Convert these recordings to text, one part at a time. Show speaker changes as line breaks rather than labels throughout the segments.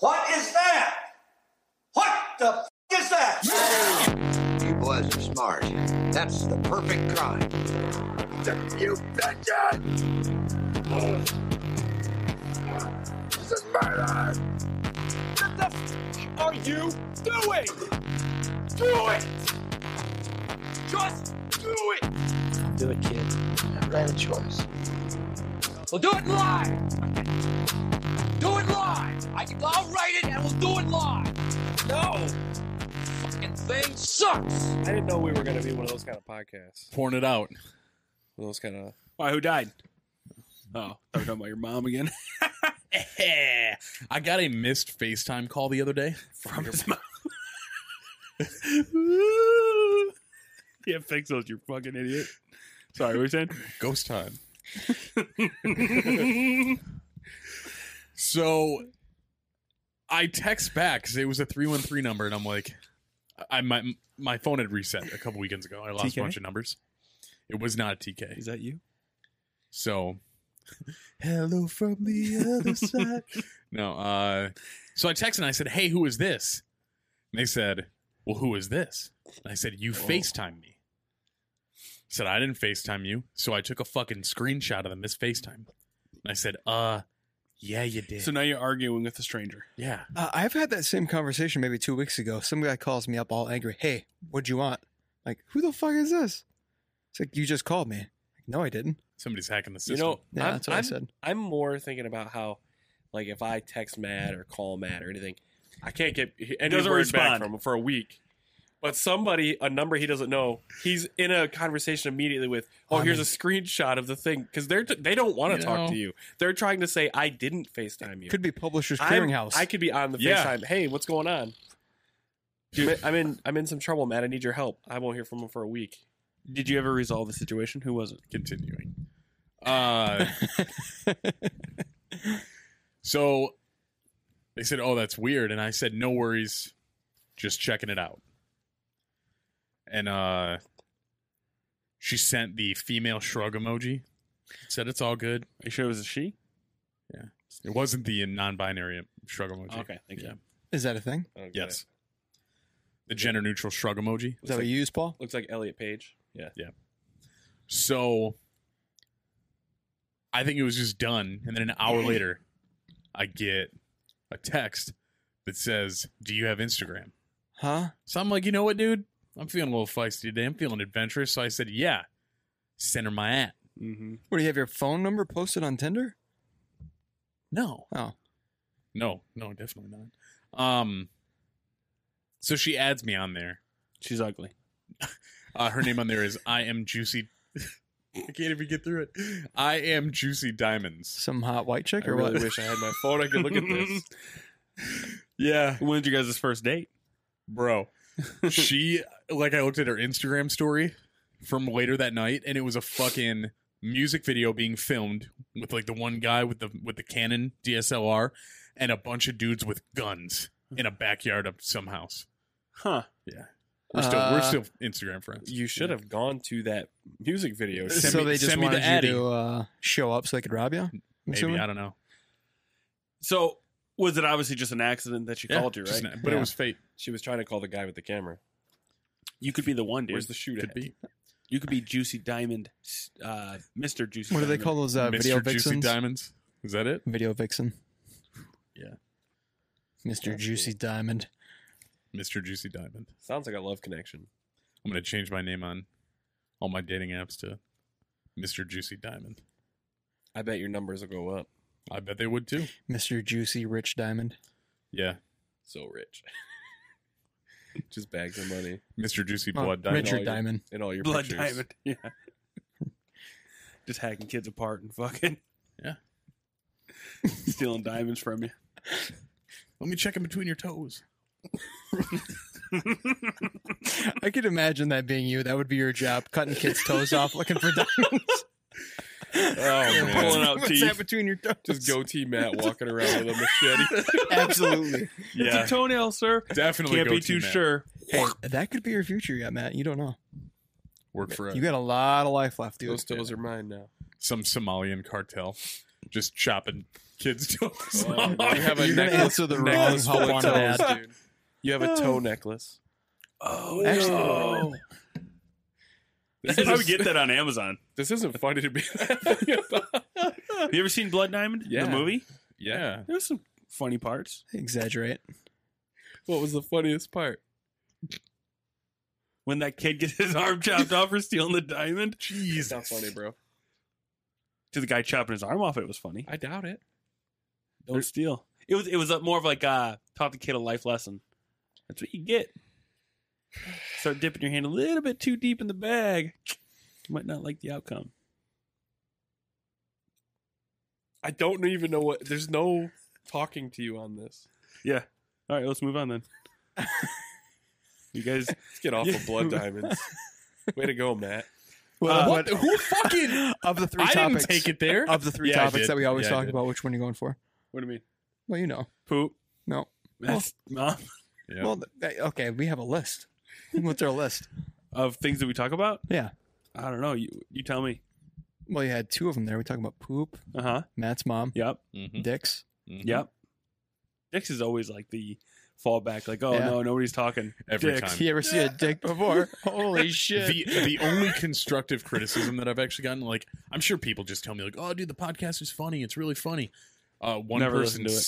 What is that? What the f- is that?
You boys are smart. That's the perfect crime.
You bitches! This is murder! What the f- are you doing? Do it! Just do it!
Do it, kid.
I ran a choice.
We'll do it live. Do it live. I can, I'll write it and we'll do it live. No. Fucking thing sucks.
I didn't know we were going to be one of those kind of podcasts.
Pouring it out.
One of those kind of.
Why? Who died? Oh, I thought we were talking about your mom again. I got a missed FaceTime call the other day from his mom. yeah, fix those, you fucking idiot. Sorry, what were you saying? Ghost time. so I text back because it was a 313 number, and I'm like, I my, my phone had reset a couple weekends ago. I lost
TK?
a bunch of numbers. It was not a TK.
Is that you?
So, hello from the other side. No, uh, so I texted and I said, hey, who is this? And they said, well, who is this? And I said, you FaceTime me. I said, I didn't FaceTime you. So I took a fucking screenshot of the missed FaceTime. And I said, uh, yeah, you did.
So now you're arguing with a stranger.
yeah.
Uh, I've had that same conversation maybe two weeks ago. Some guy calls me up all angry. Hey, what'd you want? Like, who the fuck is this? It's like, you just called me. Like, no, I didn't.
Somebody's hacking the
You
system.
know,
Yeah,
I'm,
that's what i
I'm-
said.
I'm more thinking about how, like, if I text Matt or call Matt or anything, I can't get any
doesn't
word back
respond.
from him for a week. But somebody, a number he doesn't know, he's in a conversation immediately with, "Oh,
I
here's
mean-
a screenshot of the thing," because they're t- they don't want
You
to talk to
know.
you. They're trying to say, "I didn't Facetime you."
Could be Publishers
I'm-
Clearinghouse.
I could be on the
Yeah.
FaceTime. Hey, what's going on? I'm in- I'm in I'm in some trouble, Matt. I need your help. I won't hear from him for a week.
Did you ever resolve the situation? Who was it?
continuing. Uh, so they said, "Oh, that's weird," and I said, "No worries, just checking it out." And uh, she sent the female shrug emoji. Said it's all good.
Are you sure it was a she?
It wasn't the non-binary shrug emoji.
Okay, thank you.
is that a thing?
I don't get
Yes. The gender-neutral shrug emoji.
Is that what you use, Paul?
it. Looks like Elliot Page. Yeah.
So I think it was just done. And then an hour later, I get a text that says, Do you have Instagram?
Huh?
So I'm like, You know what, dude? I'm feeling a little feisty today. I'm feeling adventurous. So I said, Yeah, send her my at.
Mm-hmm.
What do you have your phone number posted on Tinder?
No,
Oh,
no, no, definitely not. Um, so she adds me on there.
She's ugly.
Uh, her name on there is I am Juicy. I can't even get through it. I am Juicy Diamonds.
some hot white
I
chick or
really
what?
wish I had my phone. I could look at this.
Yeah.
When's your guys' first date?
bro she like i looked at her instagram story from later that night and it was a fucking music video being filmed with like the one guy with the with the canon dslr and a bunch of dudes with guns in a backyard of some house
Huh.
we're still
Uh,
we're still instagram friends
You should have gone to that music video.
Send
so
me-
they just
send me the
wanted you
Addy.
to uh, show up so they could rob you. I'm
maybe
assuming?
i don't know
So was it obviously just an accident that she
Yeah,
called you,
just
right?
not- but it
Yeah.
was fate
She was trying to call the guy with the camera.
You could be the one, dude.
Where's the shoot?
could
at?
be
you could be Juicy Diamond, uh, Mr. Juicy
What do they
Diamond.
call those uh,
mr
video
juicy
vixens?
diamonds is that it
Video vixen.
Yeah.
Mr. Juicy Diamond.
mr juicy diamond
Sounds like a love connection.
i'm gonna change my name on all my dating apps to mr juicy diamond
I bet your numbers will go up.
i bet they would too
Mr. Juicy Rich Diamond.
yeah
So rich. just bags of money
Mr. Juicy
Oh,
Blood Diamond.
Richard Diamond.
in all your
Blood
pictures.
Diamond. Yeah. Just hacking kids apart and fucking.
Yeah.
Stealing diaond from you.
Let me check in between your toes.
I could imagine that being you. That would be your job, cutting kids' toes off looking for diamonds.
Oh man.
pulling out
What's
teeth.
that between your toes?
Just goatee Matt walking around with a machete.
Absolutely.
It's a toenail, sir.
Definitely
Can't
go
be
to
too
Matt.
sure.
Hey, that could be your future yet, Matt. You don't know.
Work for a,
You got a lot of life left, dude.
Those toes are mine now.
some Somalian cartel. Just chopping kids jokes.
You have
a
You're gonna
necklace
answer the
necklace
wrong
full
hole
of
on
toes.
that.
You have a toe necklace.
Oh,
Actually-
I would get that on Amazon.
This isn't funny to be
Have you ever seen Blood Diamond?
Yeah.
The movie?
yeah.
There's some funny parts.
Exaggerate.
What was the funniest part?
When that kid gets his arm chopped off for stealing the diamond.
Jeez, not funny, bro.
To the guy chopping his arm off, it was funny.
I doubt it.
Don't steal. It was it was a, more of like uh taught the kid a life lesson. That's what you get. Start dipping your hand a little bit too deep in the bag. You might not like the outcome.
I don't even know what. There's no talking to you on this.
All right, let's move on then. you guys,
Let's get off of blood diamonds. Way to go, Matt.
Well,
What? the- Who fucking?
Uh, of the three
I didn't
topics Uh,
take it there.
of the three
Yeah, I
topics
did.
that we always
Yeah, I
talk
did.
about, which one are you going for?
what do you mean?
Well, you know.
Poop?
No. Oh.
That's mom
Yeah.
Well, th- th- eh, okay, we have a list. What's our list?
of things that we talk about.
Yeah.
I don't know. You you tell me.
Well, you had two of them there. We talking about poop,
Uh huh.
Matt's mom,
Yep.
Mhm,
dicks.
mhm.
Yep. Dix is always like the fallback. Like, oh
Yeah.
no, nobody's talking.
Every
Dicks.
time.
You ever see a dick before? Holy shit!
the the only constructive criticism that I've actually gotten, like I'm sure people just tell me like, "Oh, dude, the podcast is funny. It's really funny." Uh, one
Never
person
listened to it.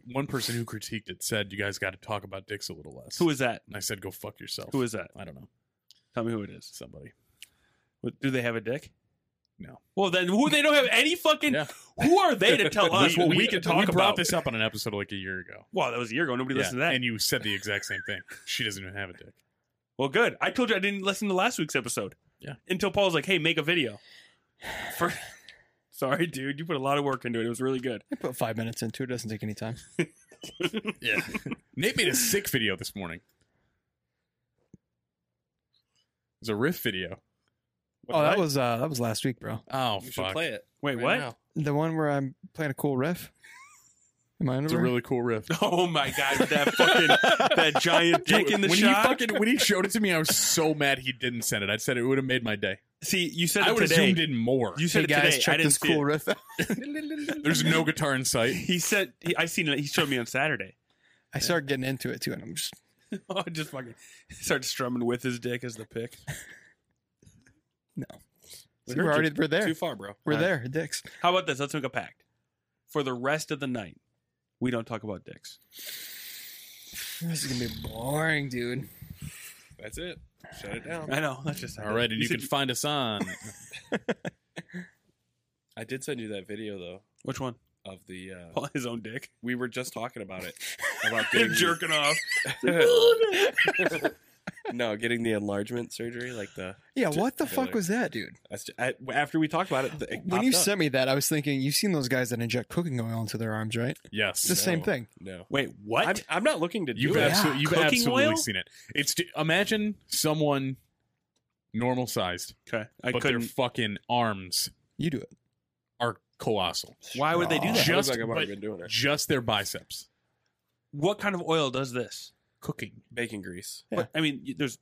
said, one person who critiqued it said, "You guys got to talk about dicks a little less."
Who is that?
and I said, "Go fuck yourself."
Who is that?
I don't know
Tell me who it is.
somebody.
What, do they have a dick?
No.
Well, then who they don't have any fucking.
Yeah.
Who are they to tell us
we,
what we,
we-
can talk
we brought
about?
this up on an episode like a year ago.
Wow, that was a year ago. Nobody
Yeah,
listened to that.
and you said the exact same thing. She doesn't even have a dick.
well, good. I told you I didn't listen to last week's episode.
Yeah.
Until Paul was like, "Hey, make a video." For- Sorry, dude. You put a lot of work into it. It was really good.
I put five minutes into it. Doesn't take any time.
Yeah, Nate made a sick video this morning. It was a riff video.
oh, that was uh, that was last week, bro.
Oh,
We should
fuck!
play it.
Wait,
right
what?
now.
The one where I'm playing a cool riff. Am I
It's a
under?
really cool riff.
Oh my god, with that fucking that giant dick in the
when
shot.
He fucking, when he showed it to me, I was so mad he didn't send it. I said it would have made my day.
See, you said
I
it
would have
today.
zoomed in more.
You said
hey
it today.
guys,
I
check
didn't
this
see
cool
it.
riff. out.
There's no guitar in sight.
He said he, I seen it. He showed me on Saturday.
I started getting into it too, and I'm just
Oh, just fucking start strumming with his dick as the pick.
no.
We
See,
heard
we're
you.
already we're there.
Too far, bro.
We're
All right.
there, dicks.
How about this? Let's make a pact. For the rest of the night, we don't talk about dicks.
This is gonna be boring, dude.
That's it. Shut it down.
I know. That's just
All right, and you,
said
can find us on.
I did send you that video though
which one?
of the. Uh,
Paul, his own dick.
we were just talking about it about
Him
getting
jerking off. "Oh,
no getting the enlargement surgery like the
Yeah,
Just
what the
filler.
fuck was that, dude?
that's ju- I, after we talked about it, it
When you
popped up.
sent me that, I was thinking you've seen those guys that inject cooking oil into their arms, right?
yes,
It's the same
No.
thing.
no
Wait, what?
I'm, I'm not looking to do
you've
it
absolutely, you've
Cooking
absolutely
oil?
seen it. It's imagine someone normal sized,
okay, I
but their
couldn't.
fucking arms
You do it.
are colossal.
Why would they do that?
It looks
Just,
like I've already been
but-
doing it
just their biceps.
What kind of oil does this?
Cooking.
bacon grease
But, I mean, y- there's.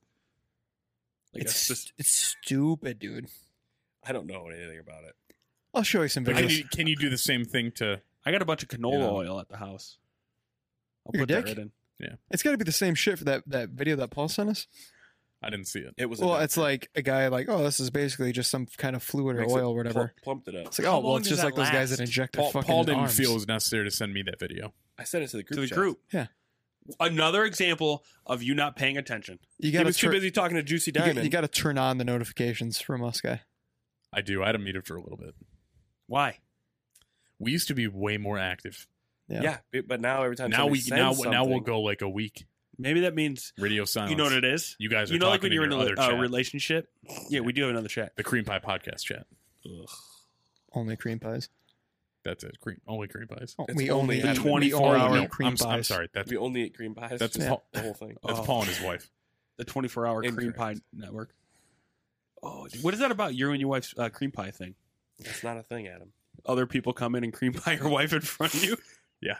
Like
it's,
a spec-
it's stupid, dude.
I don't know anything about it
I'll show you some
But can you,
videos.
can you do the same thing to?
I got a bunch of canola
You know.
oil at the house. I'll
Your
put that
dick?
right in.
It's got to be the same shit for that, that video that Paul sent us.
I didn't see it.
it was a
Well,
duck.
it's like a guy like, oh, this is basically just some kind of fluid or
Makes it
oil or
plump-
whatever.
plumped it up
It's like,
How
oh, well,
long
it's
does
just like
that
those guys
last?
that inject their
Paul,
fucking
Paul didn't
arms.
feel it was necessary to send me that video.
I sent it to the group
to the
chat.
group.
Yeah.
Another example of you not paying attention.
You
he
got to
was too
turn.
busy talking to Juicy
you
Diamond
gotta- You got to turn on the notifications from us, guy.
I do. I had to mute it for a little bit.
Why?
We used to be way more active.
Yeah.
yeah but- but now every time
now we now
somebody sends
now we'll
something-
go like a week.
Maybe that means
Radio silence.
you know what it is.
You guys are
You know, like
talking
when you're in
in
a
your other
uh,
chat,
relationship. Yeah, we do have another chat.
the cream pie podcast chat.
Only cream pies.
That's it. Cream only cream pies.
Oh,
It's
we
only
only,
at
eat
24
we
Oh,
only
hour
no,
eat cream
I'm,
pies.
I'm sorry. That,
we only eat cream pies
That's
the
Paul-
whole thing
that's
Oh.
Paul and his wife.
The 24 hour cream
Incorrect.
pie network. Oh, dude, what is that about you and your wife's uh, cream pie thing?
it's not a thing Adam
Other people come in and cream pie your wife in front of you.
Yeah.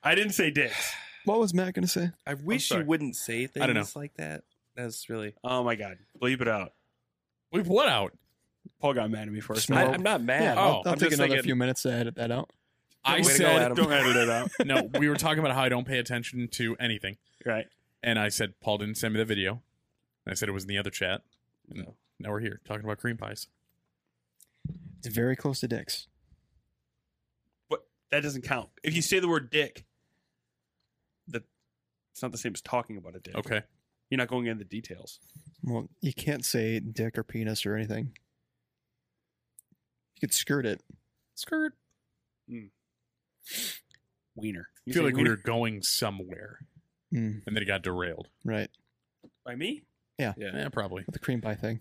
I didn't say dicks.
What was Matt gonna say?
I wish you
sorry.
wouldn't say things
I don't know.
like that that's really
Oh my god, bleep it out.
We've what out?
Paul got mad at me for a
Smart.
second.
I, am not mad
Yeah, I'll,
Oh,
I'll
I'm
take
just
another
thinking-
few minutes to edit that out.
I
Way to go,
said,
Adam. Don't edit it out.
no, we were talking about how I don't pay attention to anything.
Right.
And I said, Paul didn't send me the video. And I said it was in the other chat. And Now we're here talking about cream pies.
It's very close to dicks.
That doesn't count. If you say the word dick, that it's not the same as talking about a dick.
Okay.
You're not going into the details.
Well, you can't say dick or penis or anything. You could skirt it.
Skirt.
Wiener.
I
You
feel
say
like we
wiener
were going somewhere.
Mm,
And then it got derailed.
right.
by me.
Yeah, probably.
With the cream pie thing.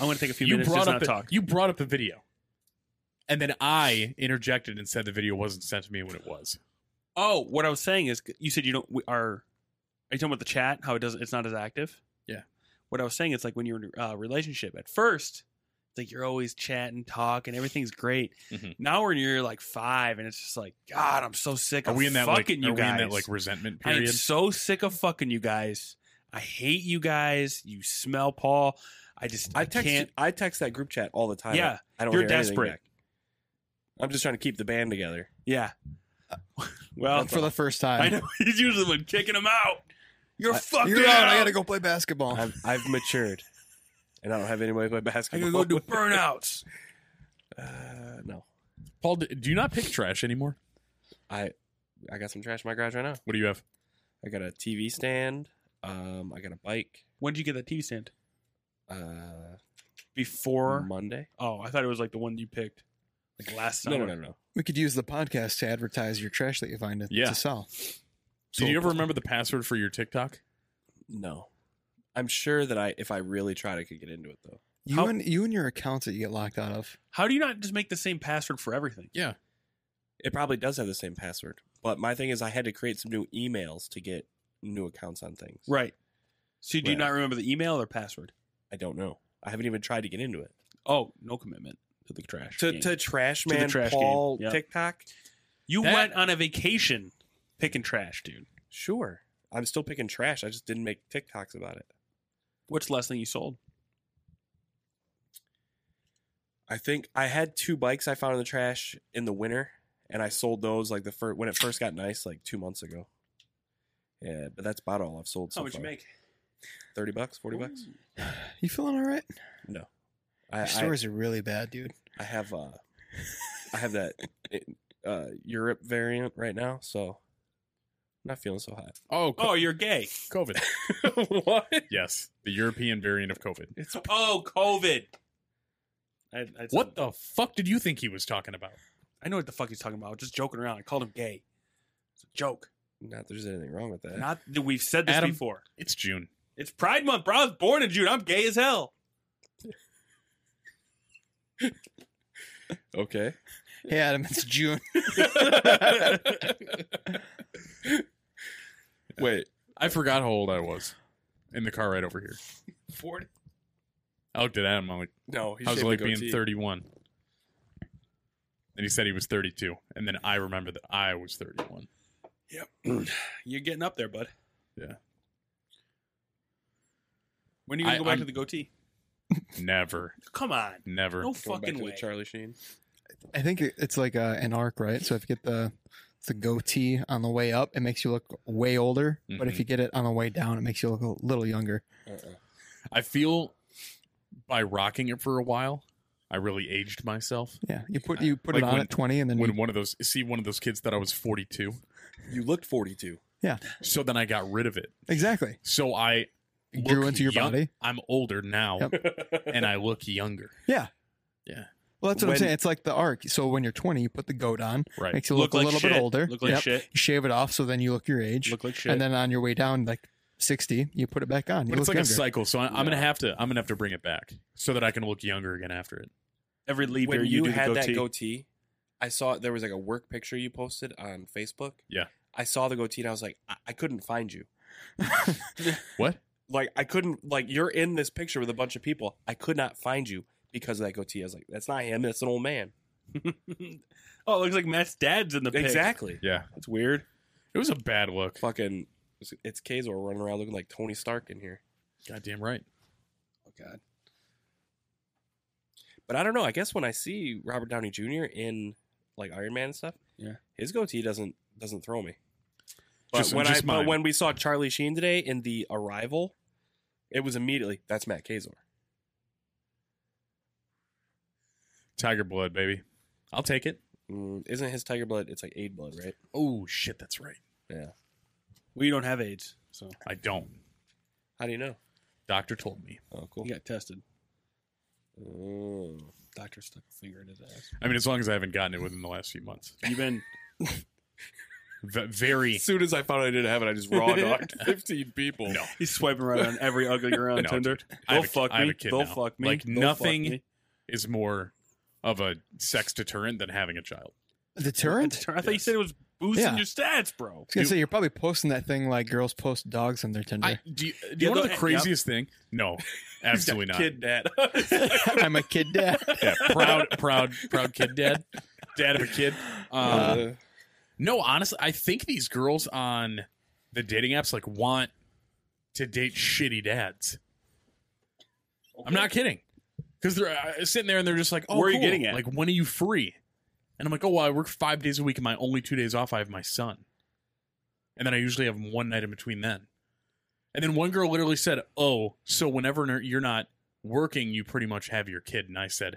I'm going to take a few
You
minutes
brought,
just
up
not
the,
talk.
you brought up the video. And then I interjected and said the video wasn't sent to me when it was.
Oh, what I was saying is, you said you don't. We are. Are you talking about the chat? How it doesn't? It's not as active.
Yeah.
What I was saying is like when you're in a uh, relationship. At first, it's like you're always chatting, talking, everything's great.
Mhm.
Now we're in year like five, and it's just like God, I'm so sick.
Are
of
we in that like,
fucking
are
you
we in
guys?
that like resentment
I am
period?
so sick of fucking you guys. I hate you guys. You smell, Paul. I just
I
I,
text
can't.
I text that group chat all the time.
Yeah,
I don't
you're
hear anything
desperate.
back. I'm just trying to keep the band together.
Yeah. Well,
for the first time.
Oh, I know he's usually when kicking him out. You're
I-
fucked
You're
up.
out. I gotta go play basketball.
I've, I've matured, and I don't have anybody to play
I
basketball.
gotta go do burnouts.
Uh, no,
Paul, d- do you not pick trash anymore?
I I got some trash in my garage right now.
What do you have?
I got a TV stand. Um, I got a bike.
When did you get that TV stand?
Uh,
Before?
Monday.
Oh, I thought it was like the one you picked, like last
No,
summer.
no, no, no.
We could use the podcast to advertise your trash that you find to,
Yeah.
to sell.
Did you ever remember the password for your TikTok?
No. I'm sure that I, if I really tried, I could get into it though.
You
How-
and you and your accounts that you get locked out of.
How do you not just make the same password for everything?
Yeah.
It probably does have the same password, but my thing is, I had to create some new emails to get new accounts on things.
Right. So do you
Right.
not remember the email or password?
I don't know. I haven't even tried to get into it.
Oh, no commitment to the trash.
To
game.
to trash
To the
man
trash
Paul
game, yeah.
TikTok.
you
that-
went on a vacation picking trash, dude.
Sure, I'm still picking trash. I just didn't make TikToks about it.
What's the last thing you sold?
I think I had two bikes I found in the trash in the winter, and I sold those like the first when it first got nice, like two months ago. Yeah, but that's about all I've sold. So
How much you
far.
make?
Thirty bucks, forty bucks.
You feeling all right?
I,
Your
I,
stories are really bad, dude.
I have uh, I have that uh Europe variant right now, so I'm not feeling so hot.
Oh,
Oh, you're gay.
COVID.
what?
yes, the European variant of COVID.
It's oh, COVID. I, I
What the fuck did you think he was talking about?
I know what the fuck he's talking about. I was just joking around. I called him gay. It's a joke.
Not that there's anything wrong with that.
Not that we've said this
Adam-
before.
It's June.
It's Pride Month, bro. I was born in June. I'm gay as hell.
okay.
Hey Adam, it's June.
Wait,
I forgot how old I was in the car right over here.
Forty.
I looked at Adam. I'm like,
no, he's
how's it
shaving
like
the
being
goatee.
31? And he said he was 32. And then I remember that I was 31.
You're getting up there, bud.
Yeah.
When are you gonna
I-
go back
I'm-
to the goatee?
Never,
Come on.
never.
Going
No
back
fucking
to
way.
the Charlie Sheen.
I think it- it's like uh, an arc, right? So if you get the the goatee on the way up, it makes you look way older. But
Mhm.
if you get it on the way down, it makes you look a little younger.
Uh-uh.
I feel by rocking it for a while, I really aged myself.
Yeah, you put you put
Like
it on
when-
at twenty, and then
When
you-
one of those, see, one of those kids thought I was 42.
You looked 42.
So then I got rid of it.
exactly
So I
It grew
look
into your
young-
body.
I'm older now, and I look younger.
Yeah.
Yeah.
Well, that's what
When-
I'm saying. It's like the arc. So when you're 20, you put the goat on,
Right.
makes you look, a little
shit.
bit older.
Look like
Yep.
shit.
You shave it off, so then you look your age.
Look like shit.
and then on your way down, like 60, you put it back on. You
But
look
it's like
younger.
a cycle, so I, I'm gonna have to I'm gonna have to bring it back so that I can look younger again after it.
Every leap year
when
you,
you,
do
had
the
that
goatee.
goatee, I saw there was like a work picture you posted on Facebook.
Yeah.
I saw the goatee and I was like, I, I couldn't find you.
What?
Like I couldn't like you're in this picture with a bunch of people. I could not find you because of that goatee. I was like, that's not him, that's an old man.
oh, it looks like Matt's dad's in the pic.
Exactly.
Yeah,
That's weird.
it was a bad look.
Fucking it's- it's Kazor running around looking like Tony Stark in here.
Goddamn right.
Oh God.
But But I don't know. I guess when I see Robert Downey Jr. in like Iron Man and stuff,
Yeah.
his goatee doesn't doesn't throw me. But
Just-
when
just
I but
mine.
when we saw Charlie Sheen today in the Arrival, it was immediately that's Matt Kazor.
Tiger blood, baby. I'll take it.
Mm, isn't his tiger blood? It's like aid blood, right?
Oh shit, that's right.
Well, you don't have AIDS, so
I don't.
How do you know?
Doctor told me.
Oh, cool.
you got tested.
Mm.
Doctor stuck a finger in his ass.
I mean, as long as I haven't gotten it within the last few months.
You've been
V- very
As soon as I found I didn't have it, I just raw dogged fifteen people.
no.
he's swiping right on every ugly girl on
No,
Tinder.
dude. I
They'll
have a kid-
fuck
I have
me.
a kid
They'll
now.
fuck me.
Like,
They'll fuck
nothing-
me.
Is more of a sex deterrent than having a child.
Deterrent?
I thought you said it was boosting
Yeah.
your stats, bro.
I was gonna say you're probably posting that thing like girls post dogs on their Tinder.
I do. You, do you want to know the
though-
craziest thing? No, absolutely not.
Kid dad.
I'm a kid dad.
Yeah, proud, proud, proud kid dad, dad of a kid. Um,
Uh.
no, honestly, I think these girls on the dating apps like want to date shitty dads. I'm not kidding, because they're uh, sitting there and they're just like, "Oh,
Where are you
cool.
getting at?
Like, when are you free?" And I'm like, "Oh, well, I work five days a week, and my only two days off, I have my son, and then I usually have one night in between then." And then one girl literally said, "Oh, so whenever you're not working, you pretty much have your kid." And I said,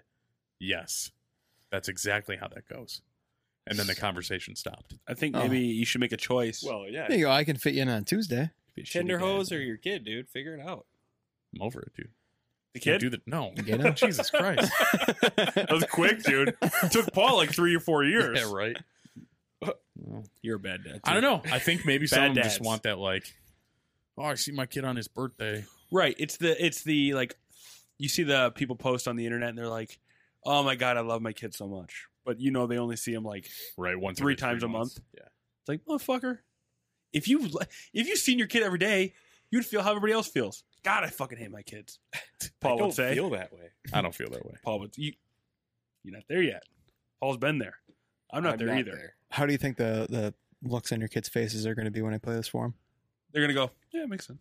"Yes, that's exactly how that goes." And then the conversation stopped.
I think
Oh.
maybe you should make a choice.
well, yeah.
There you go. I can fit you in on Tuesday.
Be a shitty
Tinder
dad.
hose or your kid, dude. Figure it out.
I'm over it, dude.
The
Can't do
kid?
that. No, Oh,
Get him?
Jesus Christ.
that was quick, dude. Took Paul like three or four years.
yeah, right.
You're a bad dad.
I don't know. I think maybe some
Bad
of them
dads.
just want that, like, oh, I see my kid on his birthday.
Right. It's the it's the like you see the people post on the internet and they're like, "Oh my god, I love my kid so much," but you know they only see him like it's
Right, once
Three
every
times a
months. Yeah.
like motherfucker. If you if you've seen your kid every day, you'd feel how everybody else feels. God, I fucking hate my kids. Paul
I don't
would say.
feel that way.
I don't feel that way.
Paul would you. You're not there yet. Paul's been there. I'm not
I'm
there either.
there.
How do you think the the looks on your kids' faces are going to be when I play this for them?
They're gonna go. Yeah, it makes sense.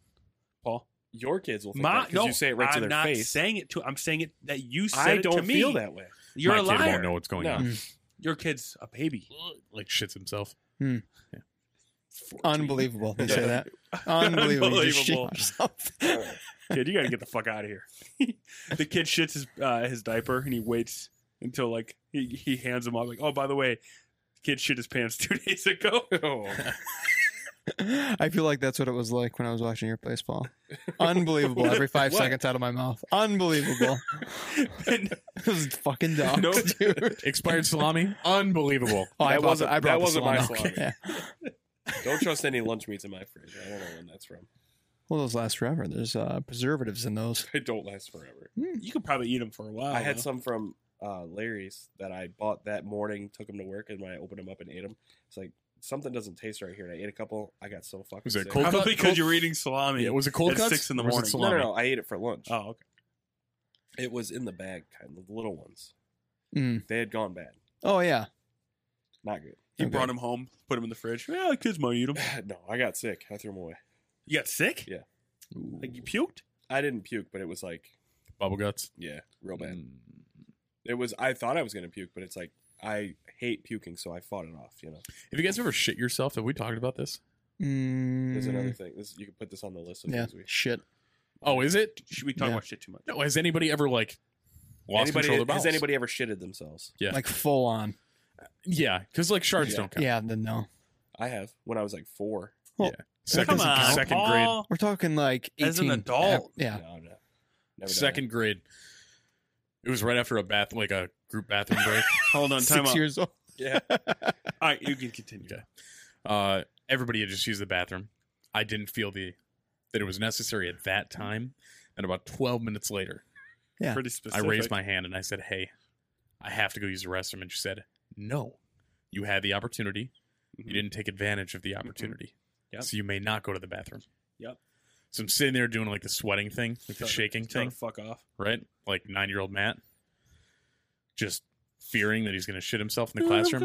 Paul,
Your kids will think
Ma-
that 'cause you say it right
I'm
to their
not
face.
saying it to. I'm saying it that you said
I
it to
don't
me.
feel that way.
You're
my
a
kid
liar.
won't know what's going
No.
on.
Your kid's a baby.
Like, shits himself.
Unbelievable. You say that. Unbelievable. You just shit yourself.
kid, you gotta get the fuck out of here. the kid shits his uh, his diaper and he waits until like he, he hands him up like, oh by the way, kid shit his pants two days ago.
I feel like that's what it was like when I was watching your place, Paul. Unbelievable. Every five seconds out of my mouth. Unbelievable.
And
It was fucking dumb,
No.
dude.
Expired salami. Unbelievable.
Oh, I
That
brought
wasn't-
the- I brought
that wasn't
the
my
salami.
salami.
Yeah.
Don't trust any lunch meats in my fridge. I don't know when that's from.
Well, those last forever. There's uh, preservatives in those.
They don't last forever.
you could probably eat them for a while.
I had
though.
some from uh, Larry's that I bought that morning, took them to work, and when I opened them up and ate them, it's like something doesn't taste right here. And I ate a couple. I got so fucking
Was it
sick.
cold cut?
probably because
Cold-
you were eating salami.
Yeah, was it cold
At
cuts?
six in the
or was it
morning.
No,
salami?
no, no. I ate it for lunch.
Oh, okay.
It was in the bag, kind of the little ones.
Mm.
They had gone bad.
Oh, yeah.
Not good.
You
Okay.
brought him home, put him in the fridge. Yeah, the kids might eat them.
no, I got sick. I threw them away.
You got sick?
Yeah.
Like you puked?
I didn't puke, but it was like,
Bubble guts.
yeah, real bad.
Mm.
It was. I thought I was gonna puke, but it's like I hate puking, so I fought it off. You know,
Have you guys ever shit yourself? Have we talked about this?
there's another
Mm,
thing. This you can put this on the list of
yeah.
things we.
Shit.
Oh, is it?
Should we talk
Yeah.
about shit too much?
No. Has anybody ever like lost control of
Anybody
their
has
bowels?
anybody ever shitted themselves?
Yeah.
Like full on.
Yeah, because like shards
Yeah.
don't count.
Yeah, then no.
I have when I was like four.
Second,
Come on,
second grade.
Paul.
We're talking like 18.
As an adult.
Yeah.
No, no. Never done
Ah. second grade. It was right after a bath, like a group bathroom break.
Hold on, time
Six
out.
years old.
All right, you can continue.
Okay. uh, everybody had just used the bathroom. I didn't feel the that it was necessary at that time. And about twelve minutes later,
Yeah.
Pretty specific.
I raised my hand and I said, "Hey, I have to go use the restroom." And she said, "No, you had the opportunity.
Mhm.
You didn't take advantage of the opportunity,
Yep.
so you may not go to the bathroom."
Yep.
So I'm sitting there doing like the sweating thing, like the
Tell her-
shaking
tell
thing.
her to Fuck off.
right? Like nine year old Matt, just fearing that he's going to shit himself in the classroom.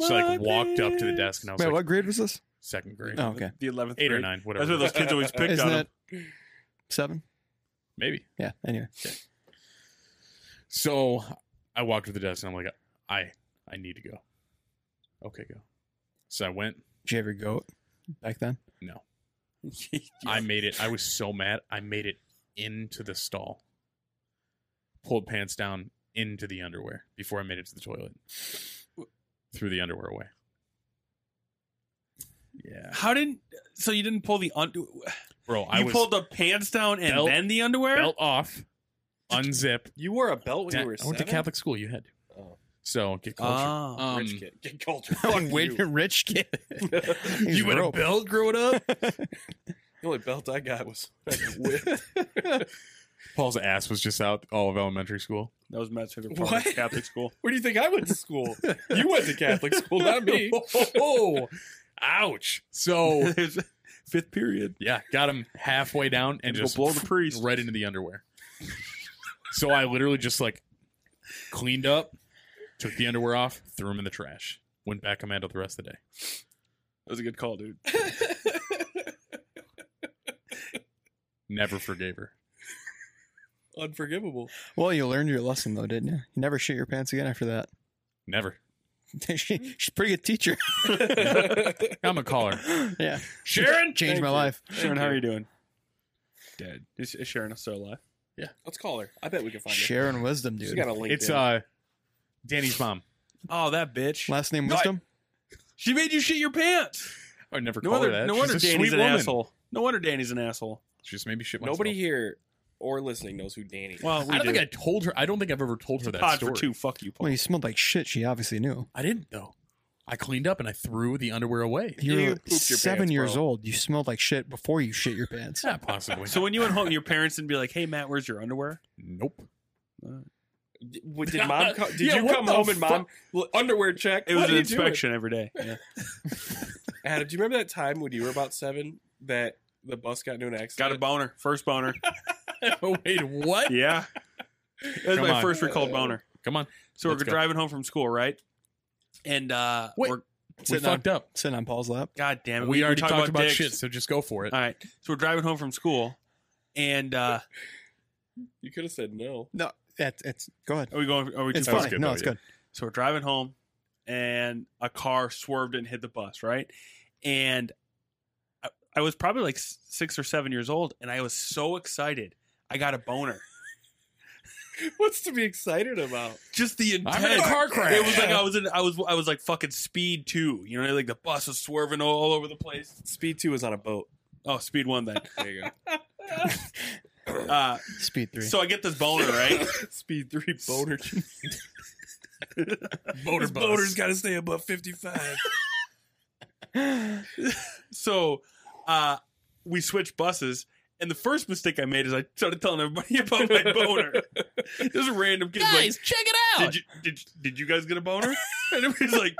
So I like, walked up to the desk and I was
Wait,
like,
what grade was this?
second grade,
Oh, okay.
The eleventh,
eight or nine, whatever.
That's where
it was.
those kids always picked
Isn't
on.
that
him.
seven?
Maybe.
Yeah. Anyway.
So I walked to the desk and I'm like, I I need to go. Okay, go. So I went.
Did you ever go back then?
No, I made it. I was so mad. I made it into the stall. Pulled pants down into the underwear before I made it to the toilet. Threw the underwear away. Yeah,
How didn't? So you didn't pull the under? You
bro. I was
pulled the pants down and
Belt-
then the underwear.
belt off, unzip.
You wore a belt when
Da-
you were
I went to
seven?
Catholic school. You had to.
Oh. Ah,
So get culture.
Oh.
Um,
Rich kid. Get culture.
Wait, rich kid. He's
You had a
broke.
belt growing up.
The only belt I got was whip.
Paul's ass was just out all of elementary school.
That was Matt's favorite part of
What?
Catholic school.
Where do you think I went to school? You went to Catholic school, not me.
Oh, ouch! So
oh. Fifth period.
yeah, got him halfway down and
Go
just
blow the priest.
right into the underwear. so I literally just like cleaned up, took the underwear off, threw him in the trash. Went back and handled the rest of the day.
That was a good call, dude.
Never forgave her.
Unforgivable.
Well, you learned your lesson though, didn't you? You never shit your pants again after that.
Never.
she, she's a pretty good teacher.
I'm a caller.
yeah,
Sharon,
changed my life.
Sharon, how are you doing? Dead. Is, is Sharon still alive?
Let's call her. I bet we can find her.
Sharon Wisdom,
She's
dude.
got a link.
It's uh, Danny's mom.
Oh, that bitch.
Last name
No, I-
Wisdom.
She made you shit your pants.
I would never
No
call
wonder.
her that.
No
She's
wonder
a sweet
Danny's an
woman.
asshole. No wonder Danny's an asshole.
She just made me shit myself.
Nobody here or listening knows who Danny is.
Well, we
I don't
do.
think I told her. I don't think I've ever told her that
Pod
story.
for two. Fuck you, Paul.
well, you smelled like shit. She obviously knew.
I didn't though. I cleaned up and I threw the underwear away.
You,
You
were
pooped your
seven
pants,
years
bro.
old. You smelled like shit before you shit your pants.
Yeah, possibly.
So when you went home, your parents didn't be like, "Hey, Matt, where's your underwear?"
nope.
Did did mom? Co- did
Yeah,
you
what
come
the
home and
fuck?
mom well, underwear check?
It was
What
an
are you doing?
inspection every day. Yeah.
Adam, do you remember that time when you were about seven that the bus got into an
Got a
accident?
boner. First boner.
Wait, what?
yeah. That was
Come
my
on.
first recalled boner.
Come on.
So we're
Let's go.
driving home from school, right? And uh
Wait.
we're
We
Sitting on,
fucked up.
sitting on Paul's lap.
God damn it.
We, already
talked
talked about
dicks.
shit, so just go for it.
All right. So we're driving home from school and uh
You could have said no.
No, that's it's go ahead.
are we going are we
It's
too far?
funny.
good,
no,
though,
it's
yeah.
good.
So we're driving home and a car swerved and hit the bus, right? And I, I was probably like s- 6 or 7 years old and I was so excited. I got a boner.
What's to be excited about?
Just the intent.
I'm in a car crash.
It was like I was in I was I was like fucking speed 2, you know, like the bus was swerving all, all over the place.
Speed two is on a boat.
Oh, speed 1 then.
There you
Uh
Speed three.
So I get this boner, right?
go. Speed three boner.
Boater bus.
got to stay above fifty five.
so uh, we switch buses. And the first mistake I made is I started telling everybody about my boner. There's a random kid like,
check it
did you, did, did you guys get a boner? And everybody's like,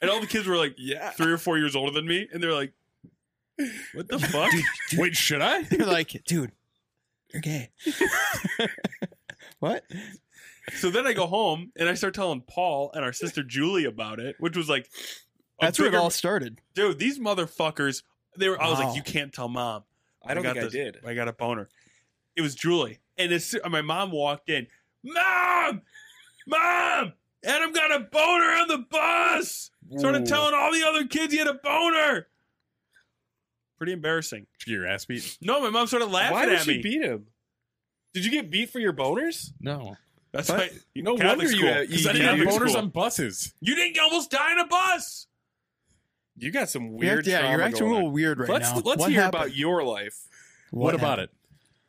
and all the kids were like
yeah.
three or four years older than me. And they're like, what the fuck?
Wait, should I?
You're like, dude, you're gay. what?
so then I go home and I start telling Paul and our sister Julie about it, which was like, a
That's where it
bigger-
all started.
dude, these motherfuckers, they were, I was
Wow.
like, you can't tell mom.
I don't
got
think I
this-
did.
I got a boner. It was Julie, and as soo- my mom walked in, mom, mom, Adam got a boner on the bus. Started telling all the other kids he had a boner. Pretty embarrassing.
Did you get your ass beat?
No, my mom started laughing
Why did
at
she
me.
beat him? Did you get beat for your boners?
No.
That's
What?
right.
No
Catholic
wonder you
school.
had-
'Cause
you
I
You
didn't
had
have
have a
boners
school.
on buses.
You didn't almost die in a bus.
You got some
You're
weird.
act- yeah, you're
trauma
acting a
going
little
on.
weird right
let's
now.
let's
What
hear
happened?
about your life.
What, about it?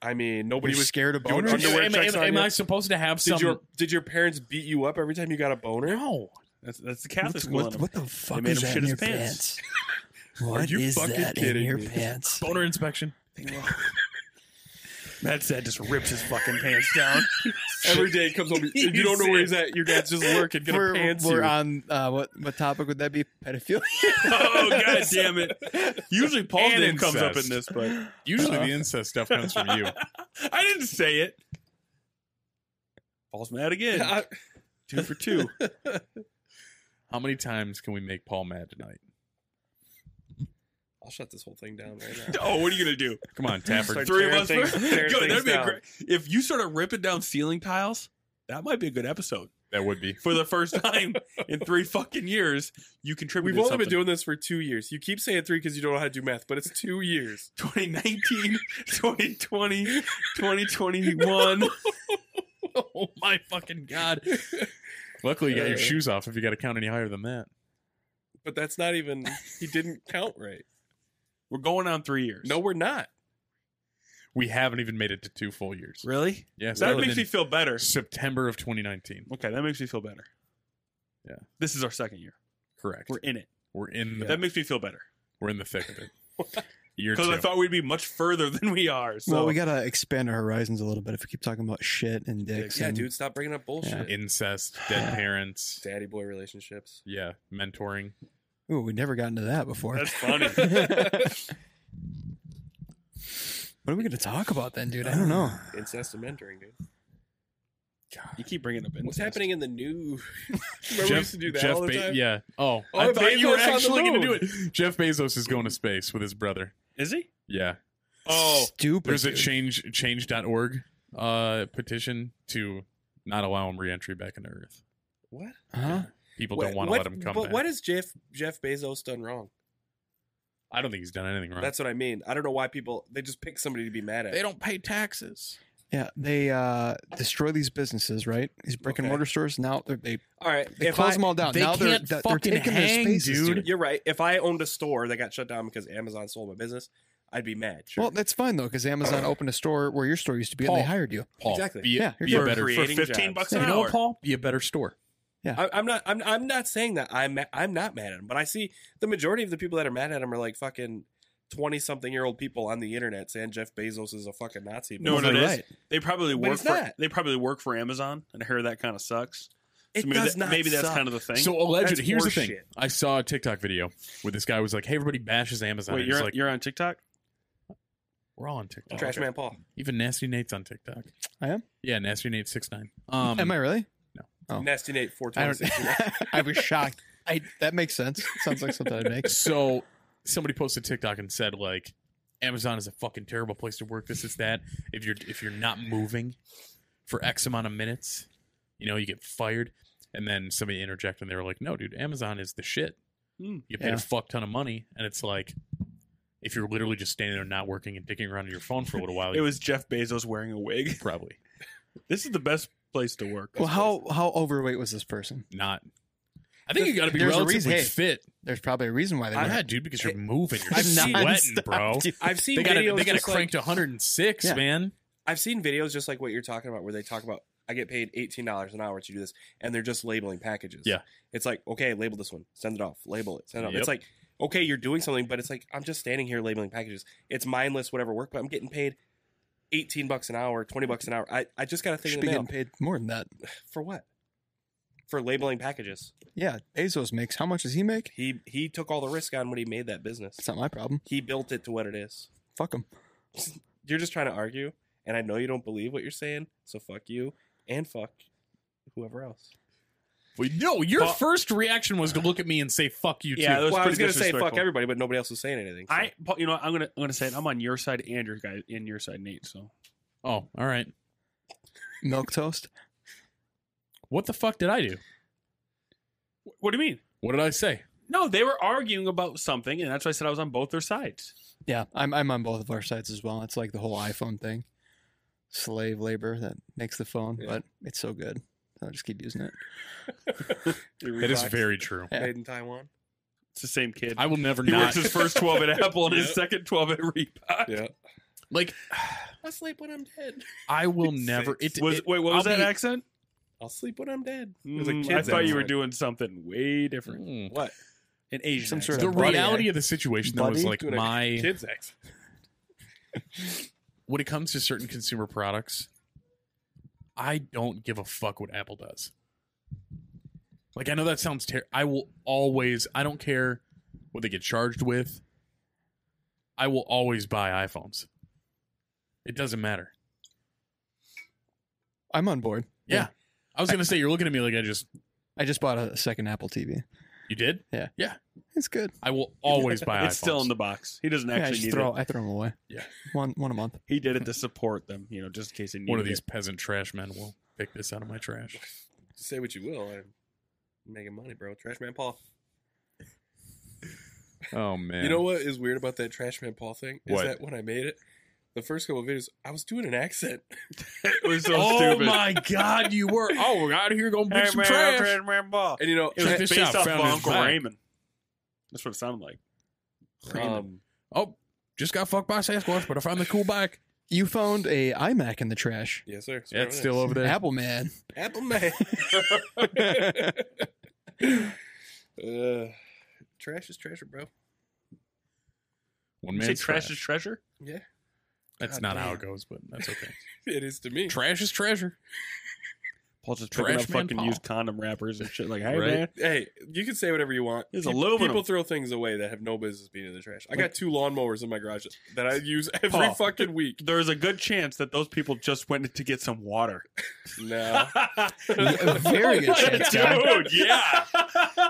I mean,
But
nobody
you
was.
scared of
doing
boners?
underwear
am,
checks
am-
on
am
you?
I supposed to have
Did
some?
your did your parents beat you up every time you got a boner?
No.
That's, that's the Catholic
What,
school. in
what,
them.
what the fuck
made
is
him
that
shit
in your
his pants.
pants? What
you
is
fucking
that in
kidding
your
me?
pants?
Boner inspection.
Matt said just rips his fucking pants down.
Every day he comes home. You don't know where he's at. Your dad's just working, gonna
We're,
pants
we're
you.
on uh, what what topic would that be? Pedophilia.
oh god damn it! Usually Paul's
And
name comes up
incest.
in this, but
Usually
Uh-huh.
the incest stuff comes from you.
I didn't say it. Paul's mad again.
I-
two for two.
How many times can we make Paul mad tonight?
I'll shut this whole thing down right now.
Oh, what are you gonna do?
Come on, Tapper.
Start
Three of
tearing
us.
things- tearing
Yo,
things
that'd be a
down.
great. If you started ripping down ceiling tiles, that might be a good episode.
that would be.
For the first time in three fucking years, you contributed.
We've only
something.
been doing this for two years. You keep saying three because you don't know how to do math, but it's two years.
2019, 2020, 2021.
Oh my fucking god! Luckily, you got your
Uh,
shoes off. If you got to count any higher than that,
But that's not even. He didn't count right.
We're going on three years.
No, we're not.
we haven't even made it to two full years.
Really?
Yes,
That
other
makes
than
me feel better.
September of 2019.
Okay, that makes me feel better.
Yeah.
This is our second year.
Correct.
We're
We're,
in it.
in. The,
That makes me feel better.
We're in the thick of it. Year two.
Because I thought we'd be much further than we are. So
well, we gotta expand our horizons a little bit if we keep talking about shit and dicks.
Yeah,
and
dude, stop bringing up bullshit.
Incest, dead parents.
Daddy boy relationships.
Yeah, mentoring.
Ooh, we never got into that before.
that's funny.
What are we gonna talk about then, dude? I don't know.
Incest and mentoring, dude.
you keep bringing up
What's
incest.
happening in the news? Remember we used to do that all the
Be-
time?
Yeah. Oh,
Oh,
I thought you
Bezos
were
on the
actually going to do
moon.
it. Jeff Bezos is going to space with his brother.
Is he?
Yeah.
Oh,
Stupid.
There's a
dude.
change change.org uh, petition to not allow him reentry back into Earth.
What?
Huh?
People
What-
don't want to
what-
let him come
But
back.
what has Jeff Jeff Bezos done wrong?
I don't think he's done anything wrong.
That's what I mean. I don't know why people they just pick somebody to be mad at.
don't pay taxes.
Yeah, they uh, destroy these businesses, right? These brick and
Okay.
mortar stores. Now they're, they
all right,
they
if
close
I,
them all down.
they
now
can't
they're, they're
fucking
taking
hang,
their spaces,
dude.
dude.
you're right. If I owned a store that got shut down because Amazon sold my business, I'd be mad. Sure.
Well, that's fine though, because Amazon opened a store where your store used to be,
Paul.
and they hired you.
Paul,
Exactly.
be, a-
Yeah, you're
be a
for
better
for fifteen
jobs.
bucks an
You know
hour.
what, Paul? Be a better store.
I, I'm not. I'm, I'm not saying that. I'm. I'm not mad at him. But I see the majority of the people that are mad at him are like fucking twenty something year old people on the internet saying Jeff Bezos is a fucking Nazi.
No,
Well,
no,
they're
it is. They probably
But
work
it's
for
not.
they probably work for Amazon, and I heard that kind of sucks.
it
so maybe
does
that-
not.
maybe that's
suck.
kind of the thing.
So allegedly,
That's
here's the
horseshit.
thing. I saw a TikTok video where this guy was like, "Hey, everybody bashes Amazon."
Wait,
And he's
you're
like,
you're on TikTok?
"We're all on TikTok."
Trash man Paul.
Even Nasty Nate's on TikTok.
I am?
Yeah, Nasty Nate six nine. Um,
Am I really? Oh.
Nasty Nate four
I
twenty
don't.
six.
I was shocked. I that makes sense. Sounds like something I'd make.
so somebody posted TikTok and said like, "Amazon is a fucking terrible place to work. This is that. If you're if you're not moving for X amount of minutes, you know you get fired." And then somebody interjected and they were like, "No, dude, Amazon is the shit.
Hmm.
You get paid
Yeah.
a fuck ton of money, and it's like." If you're literally just standing there not working and dicking around on your phone for a little while,
It was Jeff Bezos wearing a wig.
probably
This is the best place to work.
Well, how how overweight was this person?
not. I think
There-
you got to be
there's a
relatively
reason- hey,
fit.
There's probably a reason why they.
Yeah,
went-
dude, because you're moving, you're
I'm
sweating,
nonstop,
bro.
dude.
I've seen
They got
videos.
they got to
just like-
crank to 106,
Yeah.
man.
I've seen videos just like what you're talking about, where they talk about I get paid eighteen dollars an hour to do this, and they're just labeling packages.
Yeah.
it's like okay, label this one, send it off, label it, send it off.
Yep.
It's like okay, you're doing something, but it's like I'm just standing here labeling packages. It's mindless, whatever work, but I'm getting paid eighteen bucks an hour, twenty bucks an hour. I, I just got a thing in
should
the
be
mail
getting paid more than that.
for what? For labeling packages.
Yeah, Bezos makes. How much does he make?
He he took all the risk on when he made that business.
That's not my problem.
He built it to what it is.
Fuck him.
You're just trying to argue, and I know you don't believe what you're saying, so fuck you and fuck whoever else.
Well, no, your
Well-
first reaction was to look at me and say "fuck you"
Yeah,
too.
those- was
well, I was
pretty
gonna say fuck
disrespectful.
everybody, but nobody else was saying anything. so.
I, Paul, you know, what, I'm gonna I'm gonna say it. I'm on your side, and your guy, and your side, Nate. So
oh, all right.
Milk toast.
What the fuck did I do?
what do you mean?
What did I say?
No, they were arguing about something, and that's why I said I was on both their sides.
Yeah, I'm I'm on both of our sides as well. It's like the whole iPhone thing, slave labor that makes the phone,
Yeah.
but it's so good. I'll just keep using it.
That is very true.
Yeah.
made in Taiwan.
It's the same kid.
I will never
he works
not
his first 12 at Apple and his second 12 at Reebok.
Yeah,
like.
I'll sleep when I'm dead.
I will never. It,
Was,
it-
wait, what was
I'll
that
be-
accent?
I'll sleep when I'm dead.
Mm, I
kid's
thought you were
accent.
doing something way different.
Mm.
What
An Asian.
Some sort
accent.
the
Buddy,
reality
eh?
of the situation though was
Buddy?
like
Dude, I-
my
kids accent?
when it comes to certain consumer products, I don't give a fuck what Apple does. Like I know that sounds terrible. I will always. I don't care what they get charged with. I will always buy iPhones. It doesn't matter.
I'm on board.
Yeah. I was gonna say you're looking at me like I just
I just bought a second Apple TV.
You did?
It's good.
I will always buy.
It's still in the box. He doesn't
Yeah, I
actually
just
need
throw.
it.
I throw them away.
Yeah.
one one a month.
He did it to support them, you know, just in case they needed
One of
it.
these peasant trash men will pick this out of my trash.
Say what you will. I'm making money, bro. Trash Man Paul.
Oh man!
You know what is weird about that Trash Man Paul thing? Is
What?
that when I made it, the first couple of videos, I was doing an accent.
It was so
oh
stupid.
my god! You were. Oh, we're out here gonna pick some trash.
And you know,
It was
Check this
based
out,
off of
found his
Uncle
back.
Raymond. That's what it sounded like.
um,
Oh, just got fucked by Sasquatch, but I found the cool bike.
You found a iMac in the trash.
yes, sir. That's
Yeah,
right.
it's still over there.
Apple man.
Apple Man. uh, trash is treasure, bro.
One
You say
man's
trash is treasure?
That's
God
not how
damn.
it goes, but that's okay.
It is to me.
trash is treasure.
Paul just
Trash
picking up
man
fucking
Paul.
used condom wrappers and shit. Like, hey
Right.
man,
Hey, you can say whatever you want.
It's
people,
aluminum.
people throw things away that have no business being in the trash. I got two lawnmowers in my garage that I use every
Paul.
fucking week.
there's a good chance that those people just went to get some water.
No.
A very good chance. Guy.
Dude, Oh, yeah.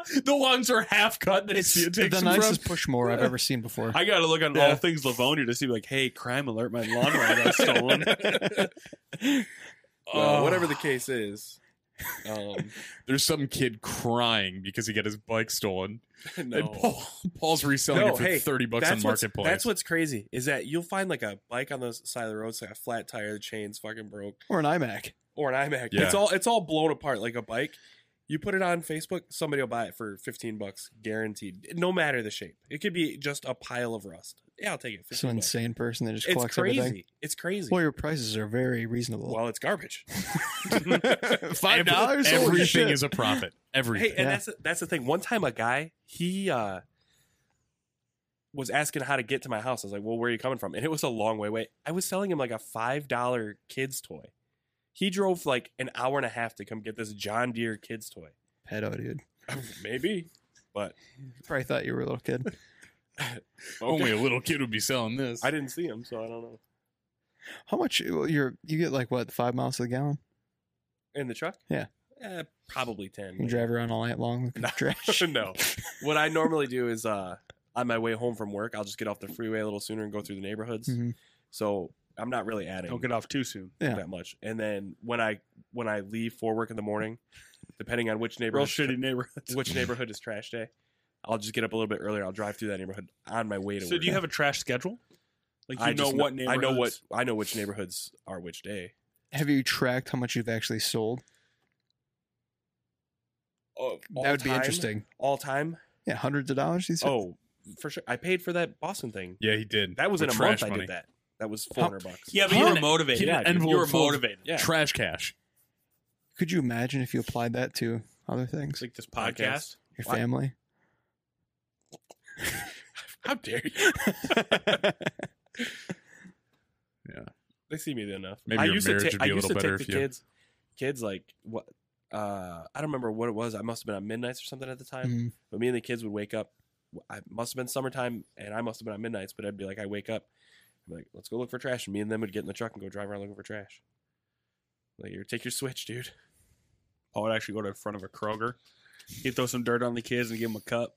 the ones are half cut. That
It's the nicest push more I've ever seen before.
I gotta look on all things Livonia to see like, hey, crime alert, my lawnmower got stolen.
Well, Uh, whatever the case is. Um,
There's some kid crying because he got his bike stolen, and
no.
Paul, Paul's reselling
No,
it for
hey,
thirty bucks on
That's what's,
marketplace.
that's what's crazy is that you'll find like a bike on the side of the road, it's like a flat tire, the chain's fucking broke,
Or an iMac.
or an iMac.
Yeah.
It's all it's all blown apart like a bike. You put it on Facebook, somebody will buy it for fifteen bucks, guaranteed. No matter the shape, it could be just a pile of rust. Yeah, I'll take it. 15
Some
bucks.
insane person that just
It's
collects
crazy.
everything.
It's crazy.
Well, your prices are very reasonable.
well, it's garbage.
Five dollars. Holy
Everything
shit.
is a profit. Everything.
Hey, and
Yeah.
that's that's the thing. One time, a guy he uh, was asking how to get to my house. I was like, "Well, where are you coming from?" And it was a long way away. I was selling him like a five dollar kids toy. He drove like an hour and a half to come get this John Deere kids toy.
pedo, dude.
Maybe
Probably thought you were a little kid.
Only a little kid would be selling this.
I didn't see him, so I don't know.
How much? Well, you're you get like what five miles to the gallon?
In the truck?
Yeah.
Eh, probably ten.
You can drive around all night long looking for trash.
no. What I normally do is uh, on my way home from work, I'll just get off the freeway a little sooner and go through the neighborhoods.
Mhm.
So I'm not really adding.
Mm-hmm. Don't get off too soon.
Yeah.
that much. And then when I when I leave for work in the morning, depending on which
Real
neighborhood
shitty neighborhoods.
which neighborhood is trash day, I'll just get up a little bit earlier. I'll drive through that neighborhood on my way to
So
work.
do you have a trash schedule? Like you
I
know
just
what
I
neighborhoods?
know what I know which neighborhoods are which day.
Have you tracked how much you've actually sold?
Oh,
that would be interesting.
All time?
Yeah, hundreds of dollars. You said?
Oh, for sure. I paid for that Boston thing.
yeah, he did.
That was
With
in a month.
trash
I
money.
did that. That was four hundred bucks.
Yeah, but
Huh?
you were motivated.
Kid
Yeah,
in an
dude,
you
envelope
were
full of
motivated.
Yeah.
Trash cash.
Could you imagine if you applied that to other
It's
things?
like this podcast.
Your
what?
family.
How dare you?
Yeah.
They see me enough.
Maybe
I
your
used to
marriage
ta-
would be
I
a
used
little
to
better
take
if
the
you-
kids kids like what uh I don't remember what it was. I must have been on midnights or something at the time.
Mm-hmm.
Mhm.
But me and the kids would wake up. I must have been summertime and I must have been on midnights, but I'd be like, I wake up, I'm like, let's go look for trash. And me and them would get in the truck and go drive around looking for trash. Like you take your switch, dude.
Paul would actually go to the front of a Kroger. He'd throw some dirt on the kids and give them a cup.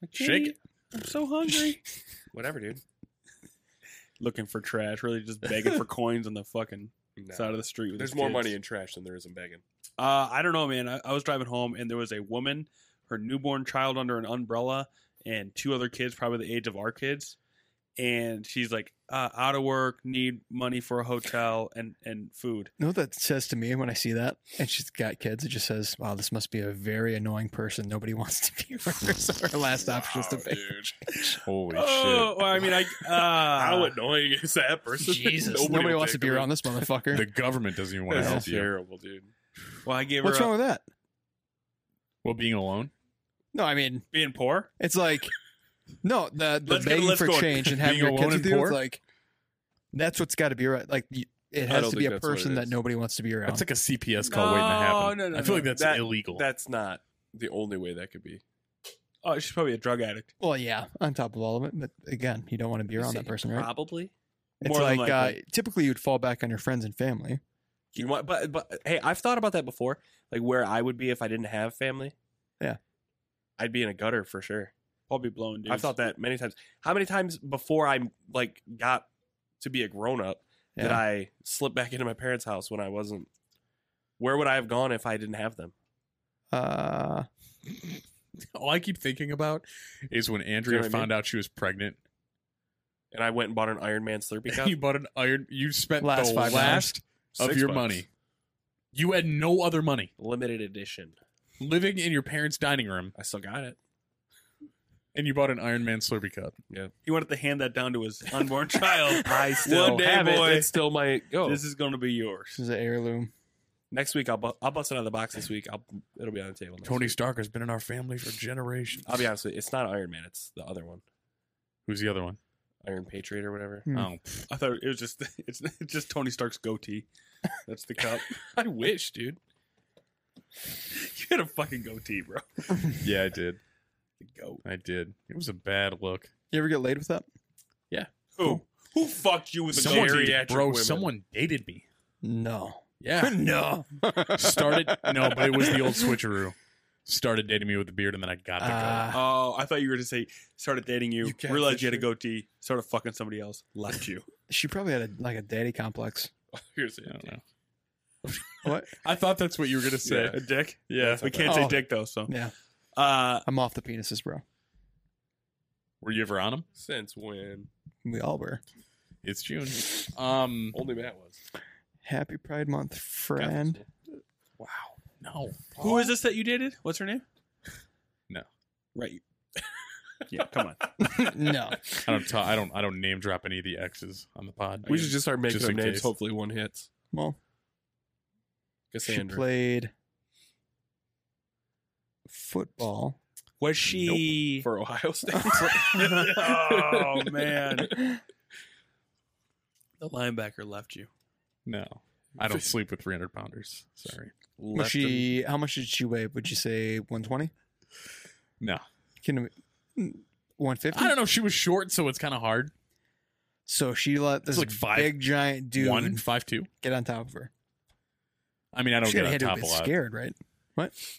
Like,
Shake
"Hey, I'm so hungry.
Whatever, dude.
Looking for trash, really just begging for coins on the fucking side of the street. With
There's
his
more
kids.
money in trash than there is in begging.
Uh, I don't know, man. I, I was driving home and there was a woman, her newborn child under an umbrella, and two other kids, probably the age of our kids. And she's like, uh, out of work, need money for a hotel and and food.
You know what that says to me when I see that? And she's got kids. It just says, "Wow, this must be a very annoying person. Nobody wants to be around." So her last option is to pay.
Holy
oh, well, I mean, I uh,
How annoying is that person?
Jesus, nobody, wants to be around this motherfucker.
shit! The government doesn't even want to
Yeah.
help you.
Terrible, dude.
Well, I gave
What's
her
wrong
up
with that?
Well, being alone,
No, I mean,
being poor.
It's like no, the the
Let's get a
begging
list
for
going.
change and having
Being
your kids
alone
with
and
you.
poor?
It's like that's what's got to be right. Like y- it
I
has
don't
to be
think
a
that's what it
person that
is.
nobody wants to be around.
that's like a CPS call waiting to happen.
No, no, no,
I feel
no.
like that's
That-
illegal.
That's not the only way that could be.
Oh, she's probably a drug addict.
well, yeah, on top of all of it, but again, you don't want to be around that person, right?
Probably.
It's
More than
like uh, typically you'd fall back on your friends and family.
You want, but but hey, I've thought about that before, like where I would be if I didn't have family.
Yeah.
I'd be in a gutter for sure.
I'll be blown, dude.
I've thought that many times. How many times before I like got to be a grown up did
Yeah.
I slip back into my parents' house when I wasn't? Where would I have gone if I didn't have them?
Uh,
All I keep thinking about is when Andrea
what I mean?
found out she was pregnant.
And I went and bought an Iron Man Slurpee cup.
You bought an iron. You spent
Last
the
five
last of
Six
your
bucks.
money. You had no other money.
limited edition.
Living in your parents' dining room,
I still got it.
and you bought an Iron Man Slurpee cup.
he wanted to hand that down to his unborn child.
Oh, I still
One day,
have
boy.
it. It's still my go.
This is going to be yours.
this is an heirloom.
Next week I'll bu- I'll bust it out of the box. This week I'll it'll be on the table. next
Tony
week.
Stark has been in our family for generations.
I'll be honest with you. It's not Iron Man. It's the other one,
Who's the other one?
Iron Patriot or whatever.
Hmm.
Oh,
I thought it was just it's, it's just Tony Stark's goatee. That's the cup.
I wish, dude.
you had a fucking goatee, bro.
yeah, I did.
The goat.
I did. It was a bad look.
You ever get laid with that?
Who? Who fucked you with the
Someone,
goatee?
bro, someone dated me.
No.
Yeah,
no.
started. No, but it was the old switcheroo. Started dating me with a beard, and then I got the
Uh,
Oh, I thought you were to say started dating you,
You can't
realized you had a
fish
goatee, started fucking somebody else, left you.
she probably had a, like a daddy complex.
Here's I don't know.
What?
I thought that's what you were gonna say.
A dick.
Yeah.
We can't say
Oh.
dick though. So
Yeah.
uh,
I'm off the penises, bro.
Were you ever on him?
Since when?
We all were.
It's June. Um.
Only Matt was.
Happy Pride Month, friend.
Wow. No.
who is this that you dated? What's her name?
No.
Right. yeah. Come on.
no.
I don't. Ta- I don't. I don't name drop any of the exes on the pod.
We should just start making
Just
up
in
names.
case.
Hopefully one hits.
Well, she
Cassandra.
played football.
Was she?
for Ohio State.
oh man. The linebacker left you.
No. I don't sleep with 300 pounders. Sorry.
Was she? How much did she weigh? Would you say 120?
No.
Can mm, we? 150.
I don't know. She was short, so it's kind of hard.
So she let this
like five-
big giant dude
One five two.
get on top of her.
I mean, I don't
She
get
gotta
on
hit her
top
a
a
bit
lot.
scared, right?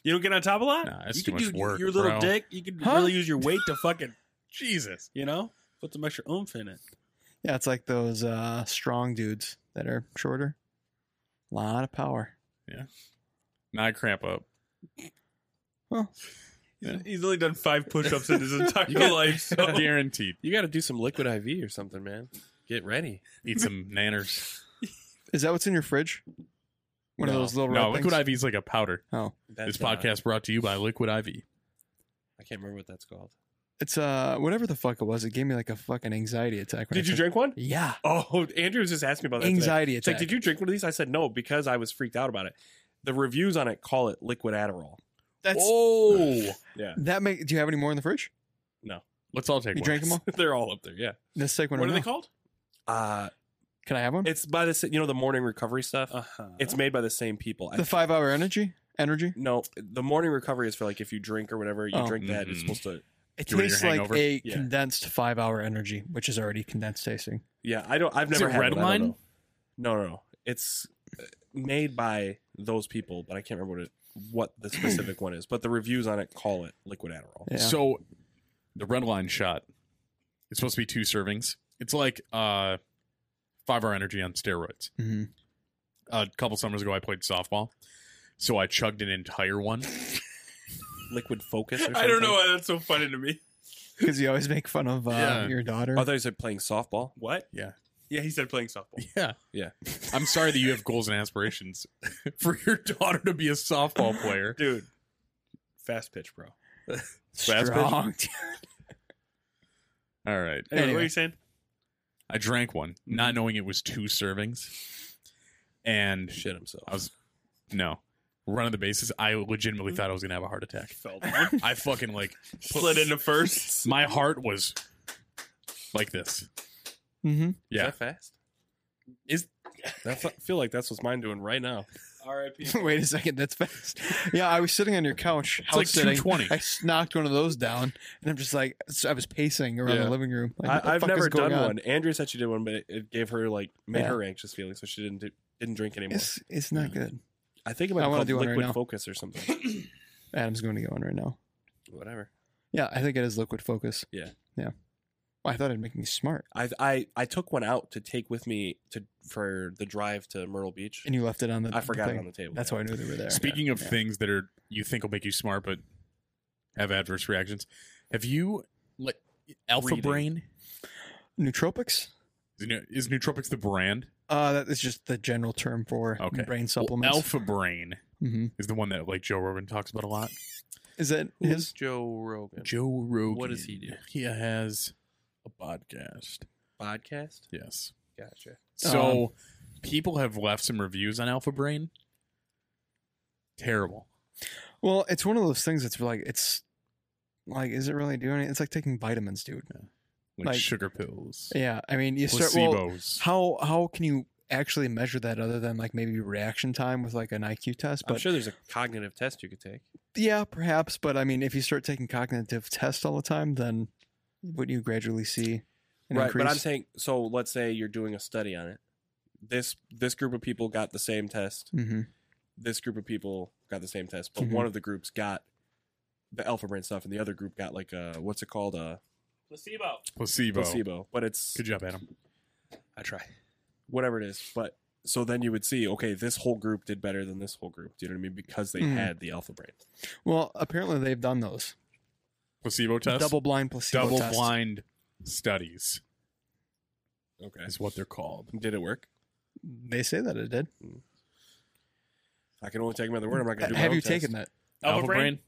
You don't get on top a lot.
Nah, that's
you
too
could
much
do
work,
Your little
bro.
dick. You could
Huh?
really use your weight to fucking.
Jesus.
You know, put some extra oomph in it.
Yeah, it's like those uh, strong dudes that are shorter. A lot of power.
Now I cramp up.
He's- He's only done five push-ups in his entire life. So.
Guaranteed.
You got to do some liquid IV or something, man. Get ready.
Eat some nanners.
Is that what's in your fridge? One of
No.
those little
No,
red
Liquid
things?
IV is like a powder.
Oh,
That's, uh,
this podcast brought to you by Liquid IV.
I can't remember what that's called.
it's uh whatever the fuck it was. It gave me like a fucking anxiety attack. when I
Did you
took-
drink one?
Yeah,
Oh, Andrew was just asking about that. today.
anxiety
It's
attack.
like, did you drink one of these? I said no because I was freaked out about it. The reviews on it call it liquid Adderall.
That's
Oh.
that. Make do you have any more in the fridge?
Let's all take
You
one.
drank them all.
They're all up there. Yeah.
Let's take one.
What are
right
they
now.
called?
Uh,
Can I have one?
it's by the you know the morning recovery stuff.
Uh-huh.
It's made by the same people. I
the five hour energy. Energy.
No, the morning recovery is for like if you drink or whatever, you
Oh.
drink that. It's
Mhm.
supposed to.
It
Do you want your
tastes like
hangover?
a
Yeah.
condensed five hour energy, which is already condensed tasting.
Yeah, I don't. I've
Is
never
it
had
red
one, I don't
wine?
know. No, no, no. It's uh, made by those people, but I can't remember what it, what the specific one is. But the reviews on it call it liquid Adderall.
Yeah.
So the red line shot. It's supposed to be two servings. It's like uh five hour energy on steroids.
hmm
A couple summers ago I played softball. So I chugged an entire one.
Liquid Focus. Or something.
I don't know why that's so funny to me.
Because you always make fun of uh,
Yeah.
your daughter.
I thought you said playing softball.
What?
Yeah.
Yeah, he said playing softball.
Yeah.
Yeah.
I'm sorry that you have goals and aspirations for your daughter to be a softball player.
Dude, fast pitch, bro.
Strong.
All right.
Anyway, What
Anyway.
are you saying?
I drank one, not knowing it was two servings. And
Shit himself.
I was no. Run of the bases. I legitimately thought I was gonna have a heart attack.
Fell down.
I fucking like
Slid into first.
my heart was like this.
hmm
Is
Yeah.
that fast?
Is-
That's- I feel like that's what's mine doing right now.
R.I.P.
Wait a second, that's fast. Yeah, I was sitting on your couch,
like
house sitting.
220.
I s- knocked one of those down, and I'm just like, so I was pacing around
Yeah.
the living room. Like, what the
I, I've
fuck is
never
going
done
on?
one. Andrea said she did one, but it, it gave her like made
Yeah.
her anxious feeling, so she didn't do, didn't drink anymore.
It's it's not good.
I think it might
I
be
wanna
called
do one right
Liquid
now.
Focus or something.
Adam's going to go in right now.
Whatever.
Yeah, I think it is liquid focus.
Yeah.
Yeah. I thought it'd make me smart.
I I I took one out to take with me to for the drive to Myrtle Beach.
And you left it on the
I forgot
thing.
it on the table.
That's
yeah.
why I knew they were there.
Speaking of
yeah.
things that are you think will make you smart but have adverse reactions, have you like Alpha
Reading.
Brain?
nootropics?
Is, Nu- is nootropics the brand?
Uh, that is just the general term for
Okay.
brain
Well,
supplements.
Alpha Brain
hmm
is the one that like Joe Rogan talks about a lot.
Is that
Who's
his?
Joe Rogan
Joe Rogan.
What does he do?
He has a podcast.
podcast?
Yes.
Gotcha.
Um,
So people have left some reviews on Alpha Brain. Terrible.
Well, it's one of those things that's like it's like is it really doing it? It's like taking vitamins, dude.
Like,
Like-
sugar pills.
Yeah, I mean, you start. Well,
placebos.
how how can you actually measure that other than like maybe reaction time with like an IQ test?
I'm
But
sure there's a cognitive test you could take.
yeah, perhaps. But I mean, if you start taking cognitive tests all the time, then wouldn't you gradually see an
right,
increase?
but I'm saying so let's say you're doing a study on it. This this group of people got the same test.
Mhm.
This group of people got the same test, but
Mhm.
one of the groups got the alpha brain stuff and the other group got like uh what's it called? Uh
Placebo.
placebo.
placebo. But it's
Good job, Adam.
I try. Whatever it is. But so then you would see, okay, this whole group did better than this whole group. Do you know what I mean? Because they
Mm.
had the alpha brain.
Well, apparently they've done those
Placebo test.
double blind placebo
double
test.
blind studies
Okay.
is what they're called.
Did it work?
They say that it did.
I can only take them at their word. I'm not gonna do my
Uh, Have
own
you
test.
taken that?
Alpha, brain?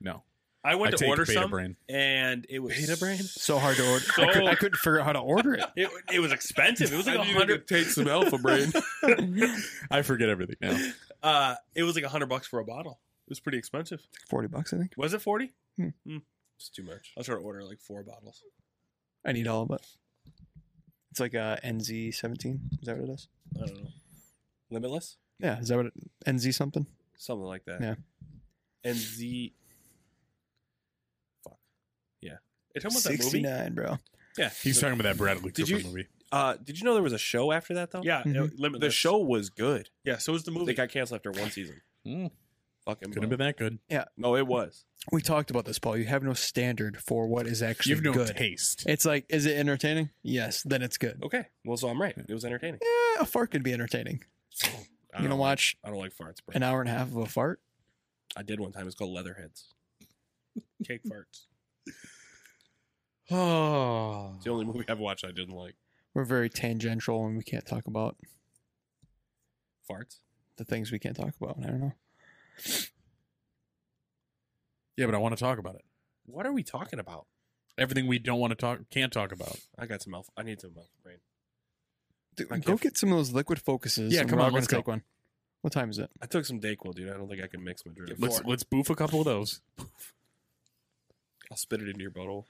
No.
I
I
went to
take
order
beta
some,
brain.
and it was
Beta brain?
So hard to order. I, could, I couldn't figure out how to order it.
It, it was expensive. It was like a hundred.
take some alpha brain.
I forget everything now.
Uh, it was like a hundred bucks for a bottle. It was pretty expensive.
Forty bucks, I think.
Was it forty?
it's too much.
I was trying to order like four bottles.
I need all of it. It's like uh, NZ seventeen. Is that what it is?
I don't know.
Limitless?
Yeah, is that what it, NZ something?
Something like that.
Yeah.
And Z Fuck. Yeah. It almost that
Sixty
movie.
nine, bro.
Yeah.
He's talking about that Bradley
Did
Cooper
you-
movie.
Uh did you know there was a show after that though?
Yeah,
Mhm.
it- limitless.
Mm-hmm. The show was good.
Yeah, so was the movie.
They got canceled after one season.
Mm.
Fucking
Couldn't have been that good.
No, it was.
We talked about this, Paul. You have no standard for what is actually
You have no
good.
taste.
It's like, is it entertaining? Yes, then it's good.
Okay. Well, so I'm right. It was entertaining.
Yeah, a fart could be entertaining.
I
You
don't
gonna watch
I don't like farts, bro.
an hour and a half of a fart?
I did one time. It's called Leatherheads.
cake farts.
Oh.
It's the only movie I've watched I didn't like.
We're very tangential, and we can't talk about
Farts.
the things we can't talk about. I don't know.
Yeah, but I want to talk about it.
What are we talking about?
Everything we don't want to talk, can't talk about.
I got some alpha. I need some alpha brain.
Dude,
I
go
can't-
get some of those liquid focuses.
Yeah,
and
come on,
we're all gonna
let's go.
take one. What time is it?
I took some Dayquil, dude. I don't think I can mix my drink.
Let's let's boof a couple of those.
I'll spit it into your bottle.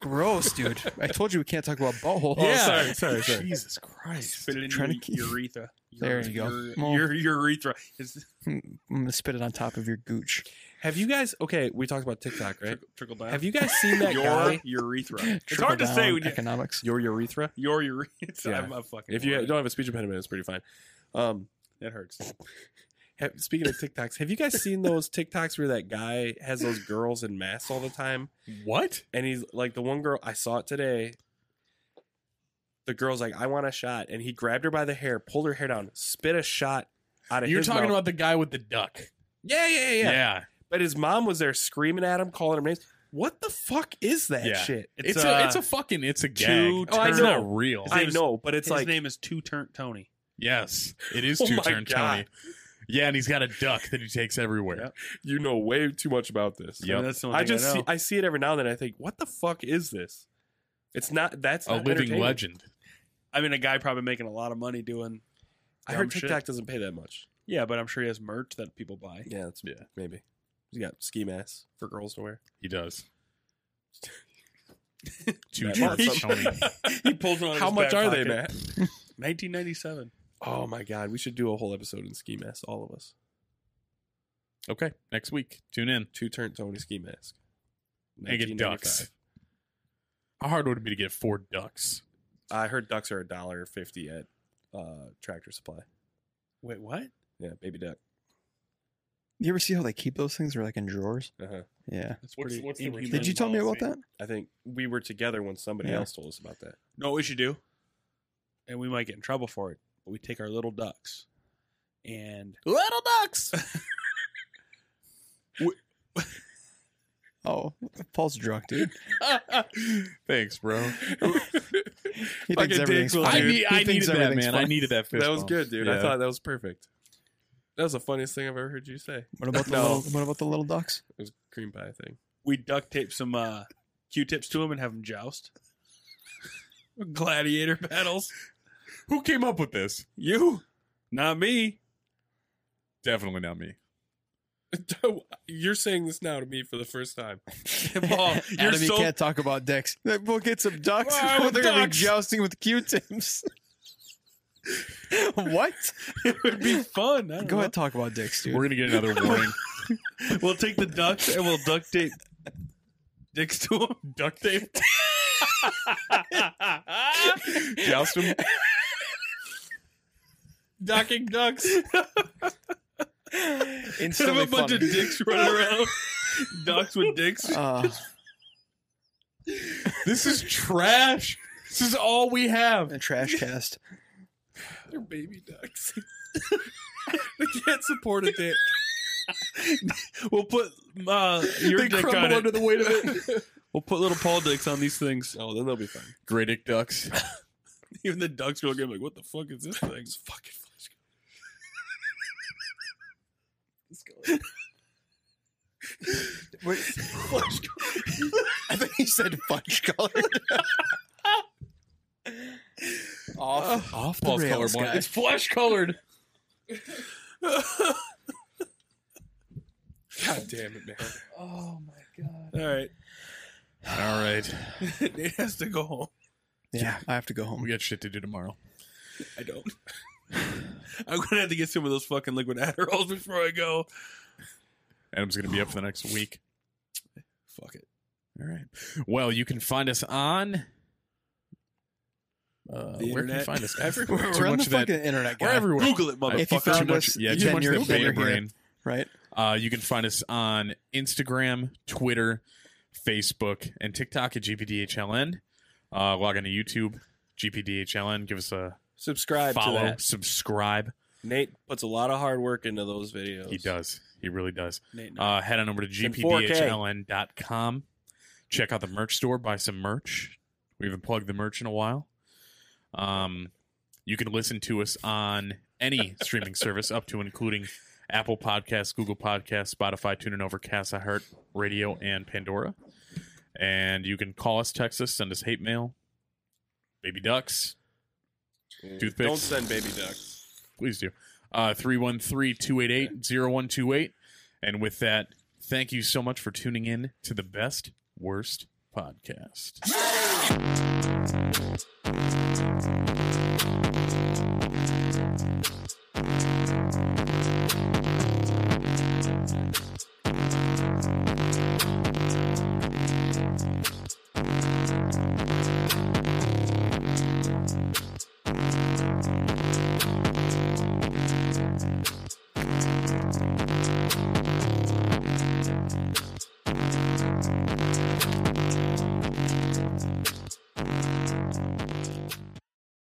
Gross, dude. I told you we can't talk about butthole.
sorry, sorry, sorry.
Jesus Christ.
Spit it in
Trying
your
to keep-
urethra.
There you go.
Your,
Well-
your, urethra. It's
I'm gonna spit it on top of your gooch.
Have you guys? Okay, we talked about TikTok, right?
trickle, trickle down.
Have you guys seen that
your
guy?
urethra? It's
Trickle
hard to say
down
when you
economics.
Your urethra.
your urethra.
Yeah.
I'm a fucking.
If you
moron.
don't have a speech impediment, it's pretty fine. Um,
that hurts.
have, speaking of TikToks, have you guys seen those TikToks where that guy has those girls in masks all the time?
What?
and he's like the one girl I saw it today. The girl's like, I want a shot, and he grabbed her by the hair, pulled her hair down, spit a shot out of.
You're
his
talking
mouth.
about the guy with the duck.
yeah, yeah, yeah,
Yeah.
yeah. But his mom was there screaming at him, calling him names. What the fuck is that
Yeah.
shit?
It's,
It's,
a,
uh,
it's a fucking it's a gag.
two
Oh, I
it's
know.
not real.
His
I
name is-
know, but it's
His
like
name is Two Turn Tony.
yes, it is
Oh
two
my
turn
God.
Tony. Yeah, and he's got a duck that he takes everywhere.
Yep.
you know way too much about this.
Yep.
that's the only
I
thing
just see,
know.
I see it every now and then. I think, what the fuck is this? It's not that's
A
not
living
entertaining.
legend.
I mean, a guy probably making a lot of money doing.
I heard
dumb shit.
TikTok doesn't pay that much.
Yeah, but I'm sure he has merch that people buy.
Yeah, that's
Yeah.
maybe. He's got ski masks for girls to wear.
He does. two
That
turn
motherfucker.
Tony.
he pulls one. out of
How
his
much
back
are they,
pocket.
man?
1997.
Oh my god, we should do a whole episode in ski mask, all of us.
Okay, next week tune in
Two turn Tony ski mask.
and get
1995.
ducks. How hard would it be to get four ducks?
I heard ducks are a dollar fifty at uh, Tractor Supply.
Wait, what?
Yeah, baby duck.
You ever see how they keep those things? They're like in drawers.
Uh-huh.
Yeah.
That's pretty.
what's the
inhumane
reason?
Did you tell me about
policy.
that?
I think we were together when somebody
Yeah.
else told us about that.
You know what we should do? And we might get in trouble for it, but we take our little ducks and
Little ducks.
Oh, Paul's drunk, dude.
Thanks, bro.
He
Fucking
thinks everything's
Dayquil,
funny.
I, need,
He
I
thinks
needed that,
everything's
man. I
funny.
needed that fish.
that was
bump.
good, dude. I
Yeah.
thought that was perfect. That was the funniest thing I've ever heard you say.
What about the
No.
little? What about the little ducks?
It was a cream pie thing.
we duct tape some uh, Q-tips to them and have them joust. Gladiator battles.
Who came up with this?
You, not me.
Definitely not me.
You're saying this now to me for the first time.
Paul, Oh, you're
Adam, you
so
can't talk about dicks. Then We'll get some ducks.
Why
They're gonna be
ducks?
jousting with Q-tips. what?
it would be fun. I don't
Go
know.
ahead, talk about dicks, dude.
We're gonna get another warning.
We'll take the ducks and we'll duct tape dicks to them. Duct tape.
Joust him.
Docking ducks. Instead of
Instantly
a bunch of
funny.
dicks running around. ducks with dicks.
Uh,
This is trash. This is all we have.
a trash cast.
They're baby ducks. they can't support a dick.
We'll put uh, your dick on it.
the weight of it.
We'll put little Paul dicks on these things.
oh, then they'll be fine.
Gradic ducks.
Even the ducks will get like, what the fuck is this thing?
Fucking flash.
Wait, I think he said fudge color. Off, off
Paul's colorblind. It's flesh colored.
God damn it, man.
All right.
All right,
Nate has to go home.
Yeah, I have to go
we
home.
got shit to do tomorrow.
I don't. I'm gonna have to get some of those fucking liquid Adderalls before I go.
Adam's gonna be up for the next week.
Fuck it.
All right. Well, you can find us on. Uh,
The
where can you
internet.
find us?
Everywhere.
Too
We're on the
much of that.
fucking internet,
We're
guy.
everywhere.
Google it, mother.
If you
Fuck, too
found
much-
us,
yeah, too
then
much of
you're-
that
then
beta
you're here.
brain.
right?
Uh, you can find us on Instagram, Twitter, Facebook, and TikTok at GPDHLN. Uh, log on to YouTube, GPDHLN. Give us a
Subscribe to
follow,
that.
subscribe.
Nate puts a lot of hard work into those videos.
He does. He really does.
Nate, no.
Uh, head on over to
in 4K.
GPDHLN.com. Check out the merch store. Buy some merch. We haven't plugged the merch in a while. Um, you can listen to us on any streaming service, up to and including Apple Podcasts, Google Podcasts, Spotify, TuneIn, Overcast, iHeart Radio, and Pandora. And you can call us, text us, send us hate mail, baby ducks, toothpicks.
Mm. Don't send baby ducks.
Please do. Uh 313-288-0128. And with that, thank you so much for tuning in to the best worst podcast.